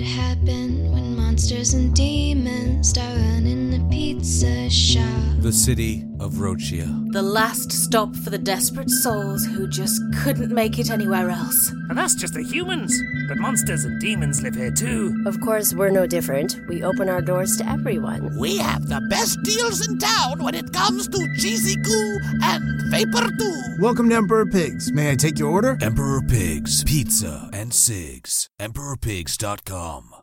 happen when monsters and demons start running the pizza shop. The city of Rochia. The last stop for the desperate souls who just couldn't make it anywhere else. And that's just the humans. But monsters and demons live here too. Of course, we're no different. We open our doors to everyone. We have the best deals in town when it comes to cheesy goo and vapor goo. Welcome to Emperor Pigs. May I take your order? Emperor Pigs, pizza and cigs. EmperorPigs.com.